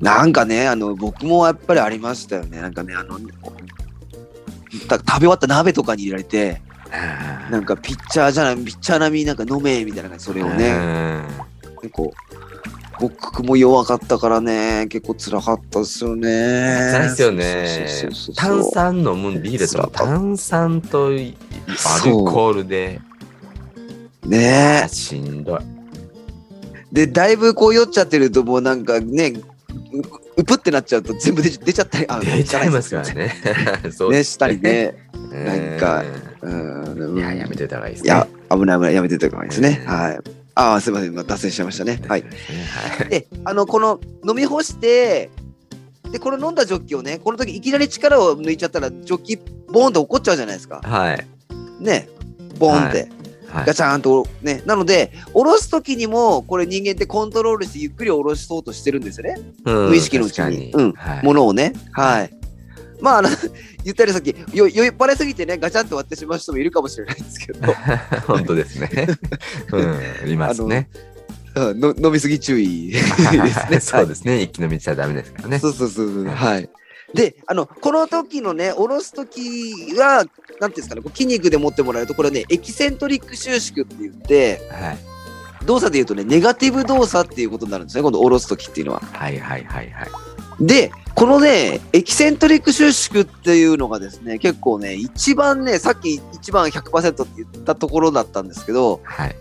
[SPEAKER 2] なんかねあの僕もやっぱりありましたよね。なんかねあのた食べ終わった鍋とかに入れられてなんかピッチャーじゃないピッチャー並みになんか飲めみたいな感じそれをね
[SPEAKER 1] ね。
[SPEAKER 2] 結構僕も弱かったからね結構辛かったですよね。
[SPEAKER 1] 辛いっすよね
[SPEAKER 2] そうそうそうそう。
[SPEAKER 1] 炭酸飲むビールとか炭酸とアルコールで
[SPEAKER 2] ねえ
[SPEAKER 1] あしんどい。
[SPEAKER 2] でだいぶこう酔っちゃってるともうなんかねううぷってなっちゃうと全部出ち出ちゃったりあ
[SPEAKER 1] 出ちゃいますから
[SPEAKER 2] 出ちゃ
[SPEAKER 1] ね。
[SPEAKER 2] い
[SPEAKER 1] そ
[SPEAKER 2] ますねしたりね
[SPEAKER 1] うん
[SPEAKER 2] なんかうん
[SPEAKER 1] いや、やめといた方がいいです
[SPEAKER 2] い
[SPEAKER 1] ね。
[SPEAKER 2] や危ない危ないやめてた方がいいですね
[SPEAKER 1] うん
[SPEAKER 2] はいああすいませんまあ脱線しちゃいましたねはい
[SPEAKER 1] はい。
[SPEAKER 2] であのこの飲み干してでこの飲んだジョッキをねこの時いきなり力を抜いちゃったらジョッキボーンって落っこっちゃうじゃないですか
[SPEAKER 1] はい。
[SPEAKER 2] ねボーンって、
[SPEAKER 1] はい
[SPEAKER 2] ガチャーンとねなので下ろす時にもこれ人間ってコントロールしてゆっくり下ろそうとしてるんですよね
[SPEAKER 1] うん
[SPEAKER 2] 無意識のうち
[SPEAKER 1] 確
[SPEAKER 2] に
[SPEAKER 1] か
[SPEAKER 2] うん
[SPEAKER 1] はい
[SPEAKER 2] ものをね。はい。まあ、あの、 言ったりさっき、よ酔いっ払いすぎてね、ガチャンと割ってしまう人もいるかもしれないですけど、
[SPEAKER 1] 本当ですね。うん、いますね。
[SPEAKER 2] うんの飲みすぎ注意ですね。
[SPEAKER 1] そうですね。一気飲みしちゃダメですから
[SPEAKER 2] は
[SPEAKER 1] ね
[SPEAKER 2] い。 そうそうそうそう。はい。で、あの、この時のね、下ろす時は、なんていうんですかね、こう筋肉で持ってもらうと、これね、エキセントリック収縮って言って、
[SPEAKER 1] はい。
[SPEAKER 2] 動作で言うとね、ネガティブ動作っていうことになるんですね、今度下ろす時っていうのは。
[SPEAKER 1] はいはいはいはい。
[SPEAKER 2] で、このね、エキセントリック収縮っていうのがですね、結構ね、一番ね、さっき一番100%って言ったところだったんですけど、
[SPEAKER 1] はい。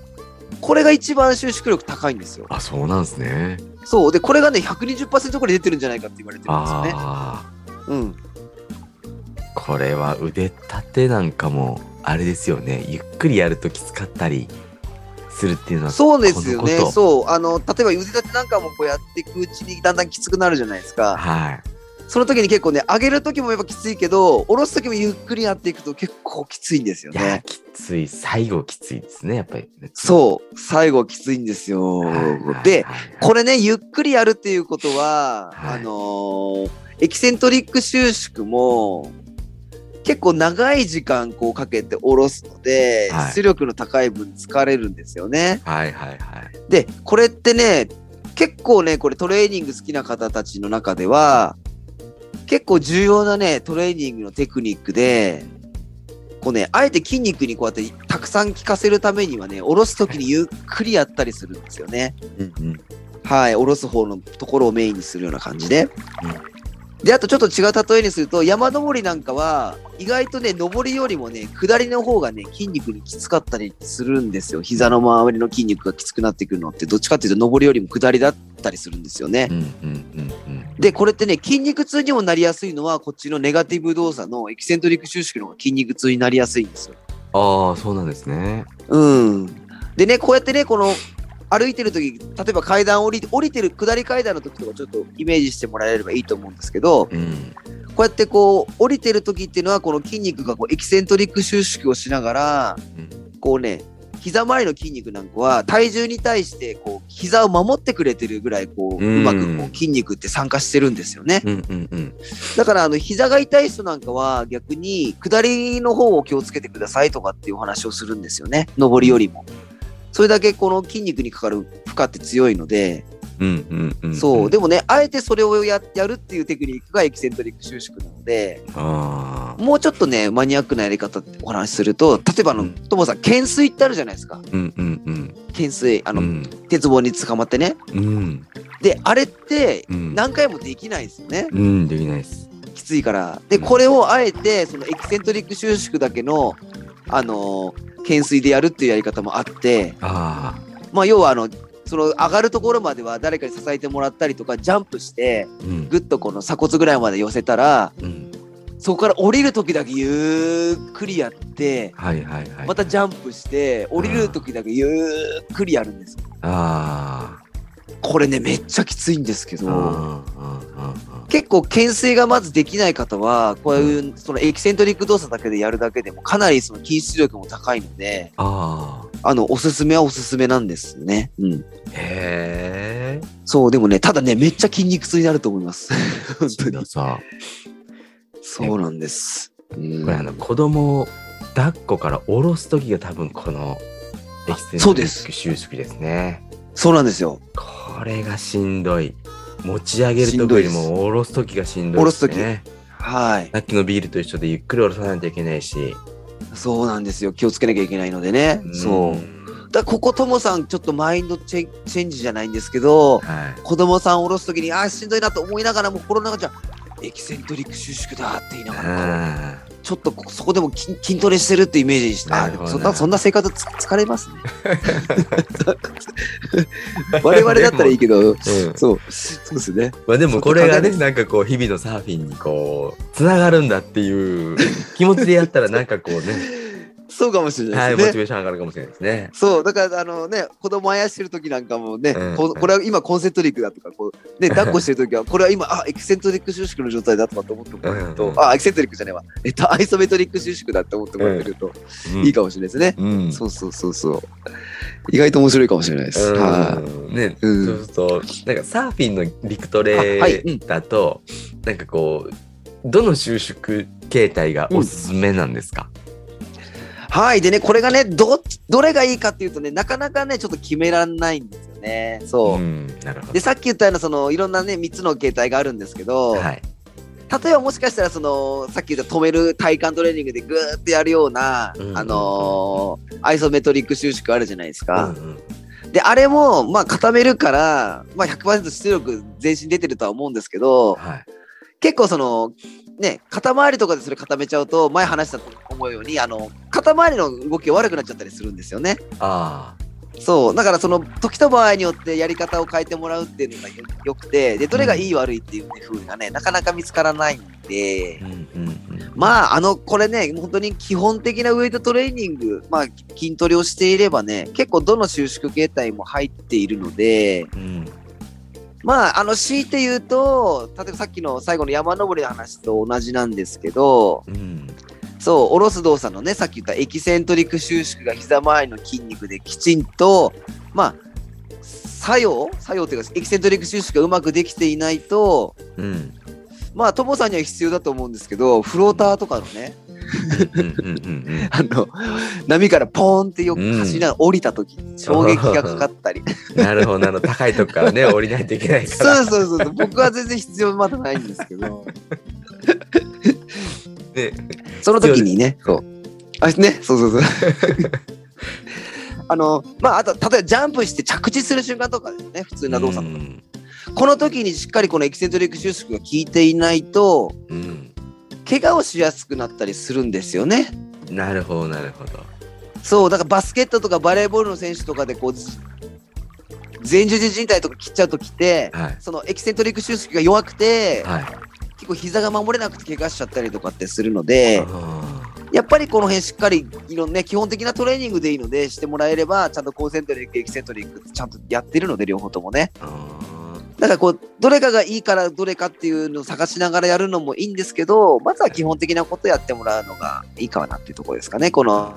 [SPEAKER 2] これが一番収縮力高いんですよ。
[SPEAKER 1] あ、そうなんですね。
[SPEAKER 2] そう。で、これがね、120%ぐらい出てるんじゃないかって言われてるんですよね。
[SPEAKER 1] あ
[SPEAKER 2] うん。
[SPEAKER 1] あ、これは腕立てなんかも、あれですよね。ゆっくりやるときつかったりするっていうのは、
[SPEAKER 2] そうですよね
[SPEAKER 1] このこと。
[SPEAKER 2] そう。あの、例えば腕立てなんかもこうやっていくうちにだんだんきつくなるじゃないですか。
[SPEAKER 1] はい。
[SPEAKER 2] その時に結構ね、上げる時もやっぱきついけど、下ろす時もゆっくりやっていくと結構きついんですよ
[SPEAKER 1] いや、
[SPEAKER 2] ね。
[SPEAKER 1] きつい。最後きついですね、やっぱり。
[SPEAKER 2] そう。最後きついんですよ
[SPEAKER 1] はいはいはいはい。。
[SPEAKER 2] で、これね、ゆっくりやるっていうことは、
[SPEAKER 1] はい
[SPEAKER 2] あのーエキセントリック収縮も、結構長い時間こうかけて下ろすので、
[SPEAKER 1] はい
[SPEAKER 2] 出力の高い分疲れるんですよね。
[SPEAKER 1] はいはいはい。
[SPEAKER 2] で、これってね、結構ね、これトレーニング好きな方たちの中では、結構重要なね、トレーニングのテクニックで、こうね、あえて筋肉にこうやってたくさん効かせるためにはね、下ろす時にゆっくりやったりするんですよね。
[SPEAKER 1] うんうん。
[SPEAKER 2] はい、下ろす方のところをメインにするような感じで。で、あとちょっと違う例えにすると、山登りなんかは、意外とね、登りよりもね、下りの方がね、筋肉にきつかったりするんですよ。膝の周りの筋肉がきつくなってくるのって、どっちかっていうと、登りよりも下りだったりするんですよね
[SPEAKER 1] う。んうんうんうん。
[SPEAKER 2] で、これってね、筋肉痛にもなりやすいのは、こっちのネガティブ動作のエキセントリック収縮の方が筋肉痛になりやすいんですよ。
[SPEAKER 1] ああ、そうなんですね。
[SPEAKER 2] うん。でね、こうやってね、この歩いてる時、例えば階段降り降りてる下り階段の時とかちょっとイメージしてもらえればいいと思うんですけど、
[SPEAKER 1] うん。
[SPEAKER 2] こうやってこう降りてる時っていうのはこの筋肉がこうエキセントリック収縮をしながら、
[SPEAKER 1] うん
[SPEAKER 2] こうね、膝周りの筋肉なんかは体重に対してこう膝を守ってくれてるぐらいこう
[SPEAKER 1] うん
[SPEAKER 2] うまくこう筋肉って参加してるんですよね。
[SPEAKER 1] うんうんうん。
[SPEAKER 2] だからあの膝が痛い人なんかは逆に下りの方を気をつけてくださいとかっていうお話をするんですよね。上りよりも。それだけこの筋肉にかかる負荷って強いので、
[SPEAKER 1] うんうんうん。
[SPEAKER 2] そう。でもね、あえてそれをややるっていうテクニックがエキセントリック収縮なので、
[SPEAKER 1] ああ。
[SPEAKER 2] もうちょっとね、マニアックなやり方ってお話しすると、例えばあ
[SPEAKER 1] う
[SPEAKER 2] の
[SPEAKER 1] ん、
[SPEAKER 2] ともさん、懸垂ってあるじゃないですか。
[SPEAKER 1] うんうんうん。
[SPEAKER 2] 懸垂。あ
[SPEAKER 1] う
[SPEAKER 2] の、
[SPEAKER 1] ん
[SPEAKER 2] 鉄棒に捕まってね。
[SPEAKER 1] うん
[SPEAKER 2] で、あれって、
[SPEAKER 1] うん。
[SPEAKER 2] 何回もできないですよね。
[SPEAKER 1] うん、できないです。
[SPEAKER 2] きついから。で、これをあえて、そのエキセントリック収縮だけの、あのー、懸垂でやるっていうやり方もあって、
[SPEAKER 1] ああ。
[SPEAKER 2] まあ、要はあの、その上がるところまでは誰かに支えてもらったりとか、ジャンプして、
[SPEAKER 1] うん
[SPEAKER 2] ぐっとこの鎖骨ぐらいまで寄せたら、
[SPEAKER 1] うん。
[SPEAKER 2] そこから降りる時だけゆっくりやって、
[SPEAKER 1] はいはいはい。
[SPEAKER 2] またジ
[SPEAKER 1] ゃ
[SPEAKER 2] ャンプして降りる時だけゆっくりやるんですよ
[SPEAKER 1] あ
[SPEAKER 2] これねめっちゃきついんですけ
[SPEAKER 1] ー
[SPEAKER 2] ど
[SPEAKER 1] あー。あーあーあ
[SPEAKER 2] 結構懸垂がまずできない方はこういうそのエキセントリック動作だけでやるだけでもかなりその筋出力も高いので
[SPEAKER 1] ーあー。
[SPEAKER 2] あのおすすめはおすすめなんですね、うん、
[SPEAKER 1] へえ。
[SPEAKER 2] そうでもねただねめっちゃ筋肉痛になると思います 本当に
[SPEAKER 1] さ、
[SPEAKER 2] そうなんです、うん
[SPEAKER 1] これあの子供を抱っこから下ろす時が多分このエキセン
[SPEAKER 2] そ
[SPEAKER 1] ト
[SPEAKER 2] う
[SPEAKER 1] リ
[SPEAKER 2] で
[SPEAKER 1] ッ
[SPEAKER 2] す
[SPEAKER 1] ク収縮ですね。
[SPEAKER 2] そうなんですよ
[SPEAKER 1] これがしんどい。持ち上げる時より
[SPEAKER 2] しんどいです
[SPEAKER 1] も下ろす時がしんどいです、ね。
[SPEAKER 2] 下ろ
[SPEAKER 1] す時。
[SPEAKER 2] はい
[SPEAKER 1] さっきのビールと一緒でゆっくり下ろさないといけないし。
[SPEAKER 2] そうなんですよ気をつけなきゃいけないのでね、そうだここともさんちょっとマインドチェンチェンジじゃないんですけど
[SPEAKER 1] はい。
[SPEAKER 2] 子供さんを下ろす時にあーしんどいなと思いながらも心の中じゃエキセントリック収縮だって言いながら
[SPEAKER 1] あー
[SPEAKER 2] ちょっとこそこでも筋筋トレしてるってイメージにしてあ
[SPEAKER 1] な
[SPEAKER 2] ー
[SPEAKER 1] る
[SPEAKER 2] で
[SPEAKER 1] ほど
[SPEAKER 2] もそんなそんな生活つ疲 れますね我々だったらいいけど、そうそうですね
[SPEAKER 1] まあでもこれがね
[SPEAKER 2] そう考
[SPEAKER 1] な
[SPEAKER 2] え
[SPEAKER 1] んかこう日々のサーフィンにこうつながるんだっていう気持ちでやったらなんか こうね
[SPEAKER 2] そうかもしれ
[SPEAKER 1] は
[SPEAKER 2] ない
[SPEAKER 1] い
[SPEAKER 2] で
[SPEAKER 1] モ
[SPEAKER 2] す
[SPEAKER 1] チベ
[SPEAKER 2] ね、
[SPEAKER 1] ーション上がるかもしれないですね。
[SPEAKER 2] そうだからあのね子供あやしてる時なんかもね、
[SPEAKER 1] うん
[SPEAKER 2] ここれは今コンセントリックだとかこうね抱っこしてる時はこれは今あエキセントリック収縮の状態だとかと思ってもらえると、
[SPEAKER 1] うんうん
[SPEAKER 2] あエキセントリックじゃねえわえっとアイソメトリック収縮だって思ってもらえると、いい
[SPEAKER 1] か。
[SPEAKER 2] かもしれないですね、
[SPEAKER 1] うん。
[SPEAKER 2] そうそうそうそう意外と面白いかもしれないです、はい
[SPEAKER 1] うんね、
[SPEAKER 2] うん
[SPEAKER 1] そうするとなんかサーフィンの陸ト
[SPEAKER 2] あはいう
[SPEAKER 1] レ
[SPEAKER 2] ん
[SPEAKER 1] だと、なんかこうどの収縮形態がおすすめなんですか、
[SPEAKER 2] はいでねこれがねどどれがいいかっていうとねなかなかねちょっと決めらんないんですよねそう、
[SPEAKER 1] んなるほど
[SPEAKER 2] でさっき言ったようなそのいろんなね3つの形態があるんですけど、
[SPEAKER 1] はい
[SPEAKER 2] 例えばもしかしたらそのさっき言った止める体幹トレーニングでぐーっとやるような、
[SPEAKER 1] うん
[SPEAKER 2] あのーアイソメトリック収縮あるじゃないです
[SPEAKER 1] う
[SPEAKER 2] か
[SPEAKER 1] ん、うん
[SPEAKER 2] であれもまあ固めるから、まあ、100%出力全身出てるとは思うんですけど
[SPEAKER 1] はい
[SPEAKER 2] 結構そのね肩周りとかでそれ固めちゃうと前話したと思うようにあの肩周りの動きが悪くなっちゃったりするんですよね
[SPEAKER 1] あ
[SPEAKER 2] そうだからその時と場合によってやり方を変えてもらうっていうのがよよくてでどれがいい悪いっていう風がねなかなか見つからないんで
[SPEAKER 1] ー、うんうんうん、あ
[SPEAKER 2] まあ、あの、これね、本当に基本的なウェイトトレーニング、まあ、筋トレをしていればね、結構どの収縮形態も入っているので、
[SPEAKER 1] うん
[SPEAKER 2] まあ、あの、強いて言うと、例えばさっきの最後の山登りの話と同じなんですけど、
[SPEAKER 1] うん
[SPEAKER 2] そう、下ろす動作のね、さっき言ったエキセントリック収縮が膝周りの筋肉できちんと、まあ、作用作用っていうか、エキセントリック収縮がうまくできていないと、
[SPEAKER 1] うんうん
[SPEAKER 2] まあ、ともさんには必要だと思うんですけど、フローターとかのね、
[SPEAKER 1] うんうんうん
[SPEAKER 2] あの、波からポーンってよく
[SPEAKER 1] うん
[SPEAKER 2] 走りながら降りた時、衝撃がかかっ たり。
[SPEAKER 1] なるほどなるほど高いとこからね降りないといけないか
[SPEAKER 2] そう
[SPEAKER 1] ら
[SPEAKER 2] そうそうそう。僕は全然必要まだないんですけど、
[SPEAKER 1] ね
[SPEAKER 2] その時にね、そう。あ、ね、そうそうそう。 あの、まあ、あと、例えばジャンプして着地する瞬間とかですね、普通な動作
[SPEAKER 1] う
[SPEAKER 2] とか。
[SPEAKER 1] ん
[SPEAKER 2] この時にしっかりこのエキセントリック収縮が効いていないと、
[SPEAKER 1] うん
[SPEAKER 2] 怪我をしやすくなったりするんですよね。
[SPEAKER 1] なるほどなるほど
[SPEAKER 2] そう、だからバスケットとかバレーボールの選手とかで、こう、ず前十字靭帯とか切っちゃうときって、
[SPEAKER 1] はい
[SPEAKER 2] そのエキセントリック収縮が弱くて、
[SPEAKER 1] はい
[SPEAKER 2] 結構膝が守れなくて怪我しちゃったりとかってするので、
[SPEAKER 1] あー
[SPEAKER 2] やっぱりこの辺しっかり、いろんなね、基本的なトレーニングでいいので、してもらえれば、ちゃんとコンセントリック、エキセントリック、ちゃんとやってるので、両方ともね。
[SPEAKER 1] あー
[SPEAKER 2] だからこう、どれかがいいからどれかっていうのを探しながらやるのもいいんですけど、まずは基本的なことやってもらうのがいいかなっていうところですかね、この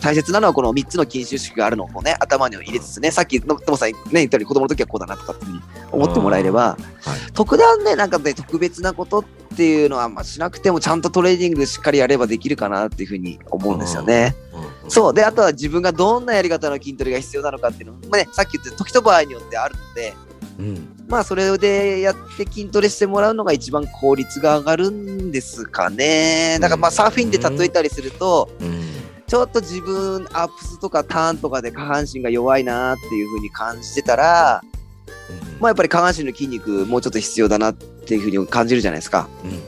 [SPEAKER 2] 大切なのはこの3つの禁酒式があるのをね、頭に入れつつね、さっきのともさんね、言ったように子供の時はこうだなとかって思ってもらえれば、
[SPEAKER 1] うんはい
[SPEAKER 2] 特段ね、なんかね、特別なことっていうのはあんましなくても、ちゃんとトレーニングしっかりやればできるかなっていうふうに思うんですよね。
[SPEAKER 1] うん
[SPEAKER 2] そう。で、あとは自分がどんなやり方の筋トレが必要なのかっていうのも、まあね、さっき言った時と場合によってあるので、
[SPEAKER 1] うん。
[SPEAKER 2] まあ、それでやって筋トレしてもらうのが一番効率が上がるんですかね。だからまあ、サーフィンで例えたりすると、
[SPEAKER 1] うん。
[SPEAKER 2] ちょっと自分、アップスとかターンとかで下半身が弱いなっていう風に感じてたら、まあ、やっぱり下半身の筋肉、もうちょっと必要だなっていう風に感じるじゃないですか。
[SPEAKER 1] うんうん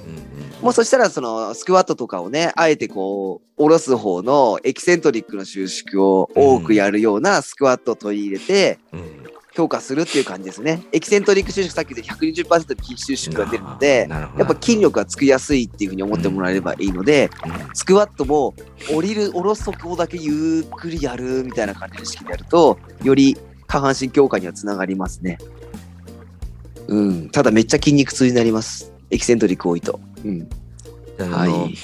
[SPEAKER 2] もうそしたら、その、スクワットとかをね、あえてこう、下ろす方のエキセントリックの収縮を多くやるようなスクワットを取り入れて、
[SPEAKER 1] うんうん。
[SPEAKER 2] 強化するっていう感じですね。エキセントリック収縮、さっきで120%の筋収縮が出るので、
[SPEAKER 1] なるほど
[SPEAKER 2] やっぱ筋力がつきやすいっていうふうに思ってもらえればいいので、スクワットも降りる、下ろすとこだけゆっくりやるみたいな感じの意識でやると、より下半身強化にはつながりますね。うん、ただめっちゃ筋肉痛になります。エキセントリック多いと。うん、
[SPEAKER 1] うんあ
[SPEAKER 2] は
[SPEAKER 1] の
[SPEAKER 2] い。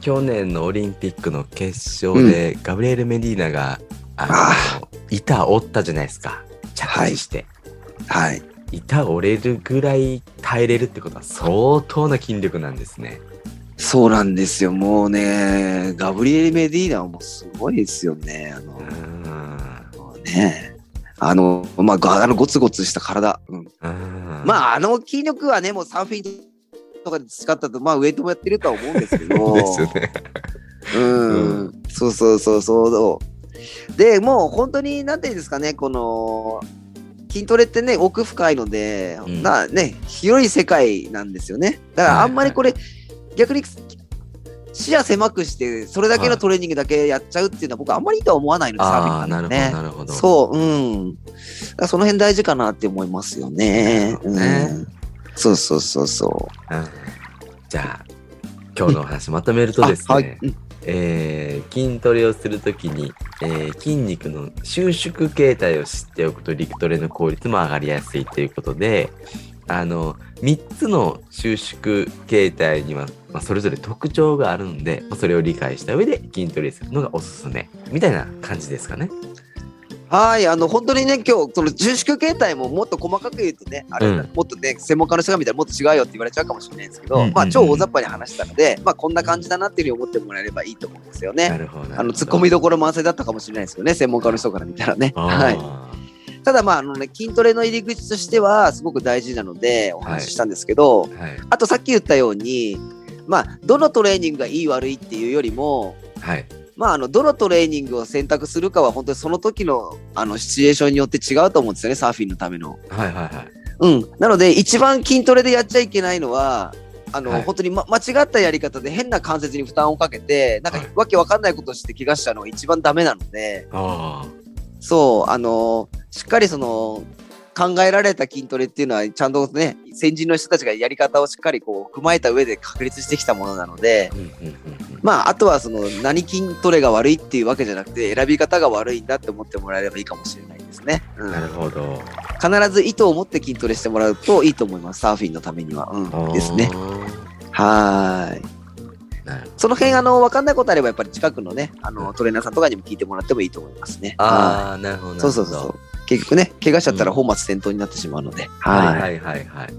[SPEAKER 1] 去年のオリンピックの決勝で、ガブリエル・メディーナが、あの、板折ったじゃないですか。着地して。
[SPEAKER 2] はい。
[SPEAKER 1] 板折れるぐらい耐えれるってことは相当な筋力なんですね。
[SPEAKER 2] そうなんですよ。もうね、ガブリエル・メディーナはもうすごいですよね。あの、
[SPEAKER 1] うー
[SPEAKER 2] ねあの、まあ、があのゴツゴツした体。うん
[SPEAKER 1] ん。あ、
[SPEAKER 2] まあ、あの筋力はね、もうサーフィンとかで使ったと、まあ、ウェイトもやってるとは思うんですけど。
[SPEAKER 1] ですよね。
[SPEAKER 2] うん、
[SPEAKER 1] う
[SPEAKER 2] そうそうそうそう。で、もう本当に、なんていうんですかね、この、筋トレってね、奥深いので、
[SPEAKER 1] うん
[SPEAKER 2] なね、広い世界なんですよね。だ
[SPEAKER 1] はい
[SPEAKER 2] から、
[SPEAKER 1] は
[SPEAKER 2] あ
[SPEAKER 1] い
[SPEAKER 2] んまりこれ、逆に、視野狭くして、それだけのトレーニングだけやっちゃうっていうのは、僕、あんまりいいとは思わないので、サーフィン
[SPEAKER 1] ああ、な
[SPEAKER 2] な
[SPEAKER 1] るほど、
[SPEAKER 2] んでね。
[SPEAKER 1] なるほど。
[SPEAKER 2] そう、うん。だからその辺大事かなって思いますよね。
[SPEAKER 1] なるほどね
[SPEAKER 2] うんそうそうそうそう。
[SPEAKER 1] うんじゃあ、今日のお話まとめるとですね、
[SPEAKER 2] あはい、うん
[SPEAKER 1] えー筋トレをするときに、えー筋肉の収縮形態を知っておくと陸トレの効率も上がりやすいということであの3つの収縮形態には、まあ、それぞれ特徴があるんで、まあそれを理解した上で筋トレするのがおすすめみたいな感じですかね。
[SPEAKER 2] はい、あの本当にね、今日その重縮形態ももっと細かく言うとね、あれ、
[SPEAKER 1] うん
[SPEAKER 2] もっとね、専門家の人が見たらもっと違うよって言われちゃうかもしれないですけど、
[SPEAKER 1] うんうんうん
[SPEAKER 2] まあ超大雑把に話したので、まあこんな感じだなっていうふうに思ってもらえればいいと思うんですよ
[SPEAKER 1] な
[SPEAKER 2] ね。
[SPEAKER 1] るほど
[SPEAKER 2] あの突っ込みどころ満載だったかもしれないですけどね、専門家の人から見たらね。はい。
[SPEAKER 1] い。
[SPEAKER 2] ただまああのね、筋トレの入り口としてはすごく大事なのでお話ししたんですけど、
[SPEAKER 1] はい。
[SPEAKER 2] あとさっき言ったように、まあ、どのトレーニングがいい悪いっていうよりも、
[SPEAKER 1] はい。
[SPEAKER 2] まあ、あのどのトレーニングを選択するかは本当にその時のあのシチュエーションによって違うと思うんですよねサーフィンのための。
[SPEAKER 1] はい。はい。はい。
[SPEAKER 2] うん、なので一番筋トレでやっちゃいけないのはあの、
[SPEAKER 1] はい
[SPEAKER 2] 本当に、ま、間違ったやり方で変な関節に負担をかけてなんか、
[SPEAKER 1] はい
[SPEAKER 2] わけわかんないことをして怪我しちゃうのが一番ダメなので
[SPEAKER 1] あ
[SPEAKER 2] そうあのしっかりその考えられた筋トレっていうのはちゃんとね先人の人たちがやり方をしっかりこう踏まえた上で確立してきたものなので。
[SPEAKER 1] あ。うんうんうんうん。
[SPEAKER 2] まあ、あとはその何筋トレが悪いっていうわけじゃなくて選び方が悪いんだって思ってもらえればいいかもしれないですね、うん
[SPEAKER 1] なるほど。
[SPEAKER 2] 必ず意図を持って筋トレしてもらうといいと思いますサーフィンのためには、うん、ですね
[SPEAKER 1] あ
[SPEAKER 2] はーい
[SPEAKER 1] ー。なるほど
[SPEAKER 2] その辺あの分かんないことあればやっぱり近くのねあのトレーナーさんとかにも聞いてもらってもいいと思いますねは
[SPEAKER 1] ああ、なるほど。
[SPEAKER 2] いそうそうそうそう結局ね怪我しちゃったら本末転倒になってしまうので、は
[SPEAKER 1] はいいはいはいはい。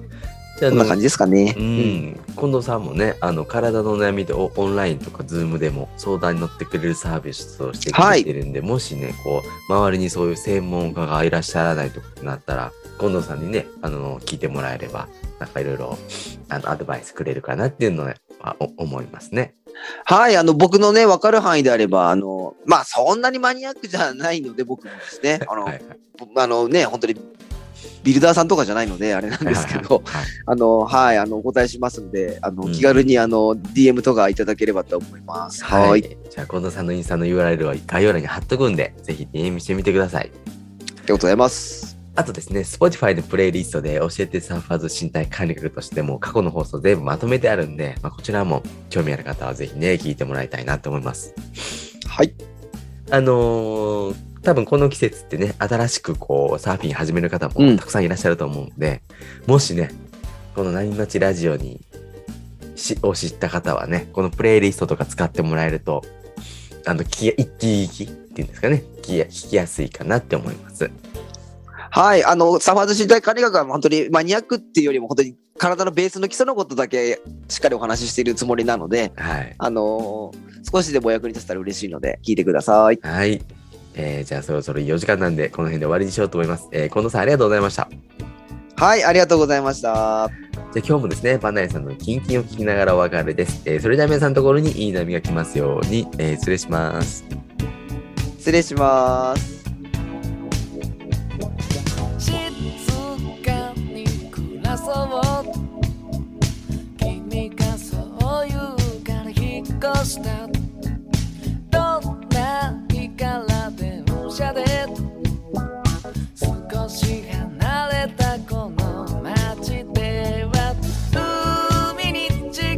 [SPEAKER 1] じゃあ
[SPEAKER 2] こんな感じですかね、
[SPEAKER 1] うん、近藤さんもね、あの体の悩みをオンラインとかズームでも相談に乗ってくれるサービスをしてくれてるんで、もしね、こう、周りにそういう専門家がいらっしゃらないとかってなったら、近藤さんにね、あの、聞いてもらえれば、なんかいろいろ、あの、アドバイスくれるかなっていうのはお思いますね。
[SPEAKER 2] はい、あの、僕のね、分かる範囲であれば、あの、まあ、そんなにマニアックじゃないので、僕もですね、あの、
[SPEAKER 1] はいはい
[SPEAKER 2] あのね、本当にビルダーさんとかじゃないので、あれなんですけど、
[SPEAKER 1] はい
[SPEAKER 2] あの、はい、あの、お答えしますので、あの、
[SPEAKER 1] うん
[SPEAKER 2] 気軽に、あの、DM とかいただければと思います。
[SPEAKER 1] はい、
[SPEAKER 2] は。
[SPEAKER 1] はいい。じゃあ、近藤さんのインスタの URL は概要欄に貼っとくんで、ぜひ DM してみてください。
[SPEAKER 2] ありがとうございます。
[SPEAKER 1] あとですね、Spotify のプレイリストで教えてサーファーズ身体管理学としても過去の放送全部まとめてあるんで、まあ、こちらも興味ある方はぜひね、聞いてもらいたいなと思います。
[SPEAKER 2] はい。
[SPEAKER 1] あのー多分この季節ってね、新しくこう、サーフィン始める方
[SPEAKER 2] う
[SPEAKER 1] も
[SPEAKER 2] ん
[SPEAKER 1] たくさんいらっしゃると思うんで、もしね、この何町ラジオにしを知った方はね、このプレイリストとか使ってもらえると、あの、きや、一気一気っていうんですかね。きや、引きやすいかなって思います。
[SPEAKER 2] はい、あの、サマーズ身体管理学は本当にマニアックっていうよりも、本当に体のベースの基礎のことだけしっかりお話ししているつもりなので、
[SPEAKER 1] はい。
[SPEAKER 2] あの少しでもお役に立てたら嬉しいので、聞いてください。
[SPEAKER 1] はい。えー、じゃあそろそろ4時間なんで、この辺で終わりにしようと思います。えー、近藤さんありがとうございました。
[SPEAKER 2] はい、ありがとうございました。
[SPEAKER 1] じゃあ今日もですね、バナヤさんのキンキンを聞きながらお別れです。えー、それでは皆さんのところにいい波が来ますように、えー、失礼します。
[SPEAKER 2] 失礼します。
[SPEAKER 3] 静かに暮らそう君がそう言うから引っ越したどんな日から電車で少し離れたこの街では海に近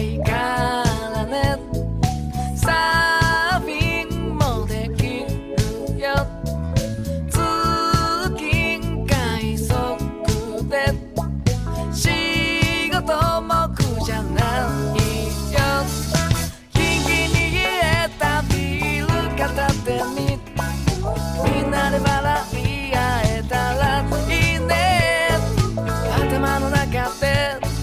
[SPEAKER 3] いからねサーフィンもできるよ「通勤快速で」「仕事も苦じゃないよ」「キンキンに冷えたビール片手に」「みんなで笑い合えたらいいね」「頭の中で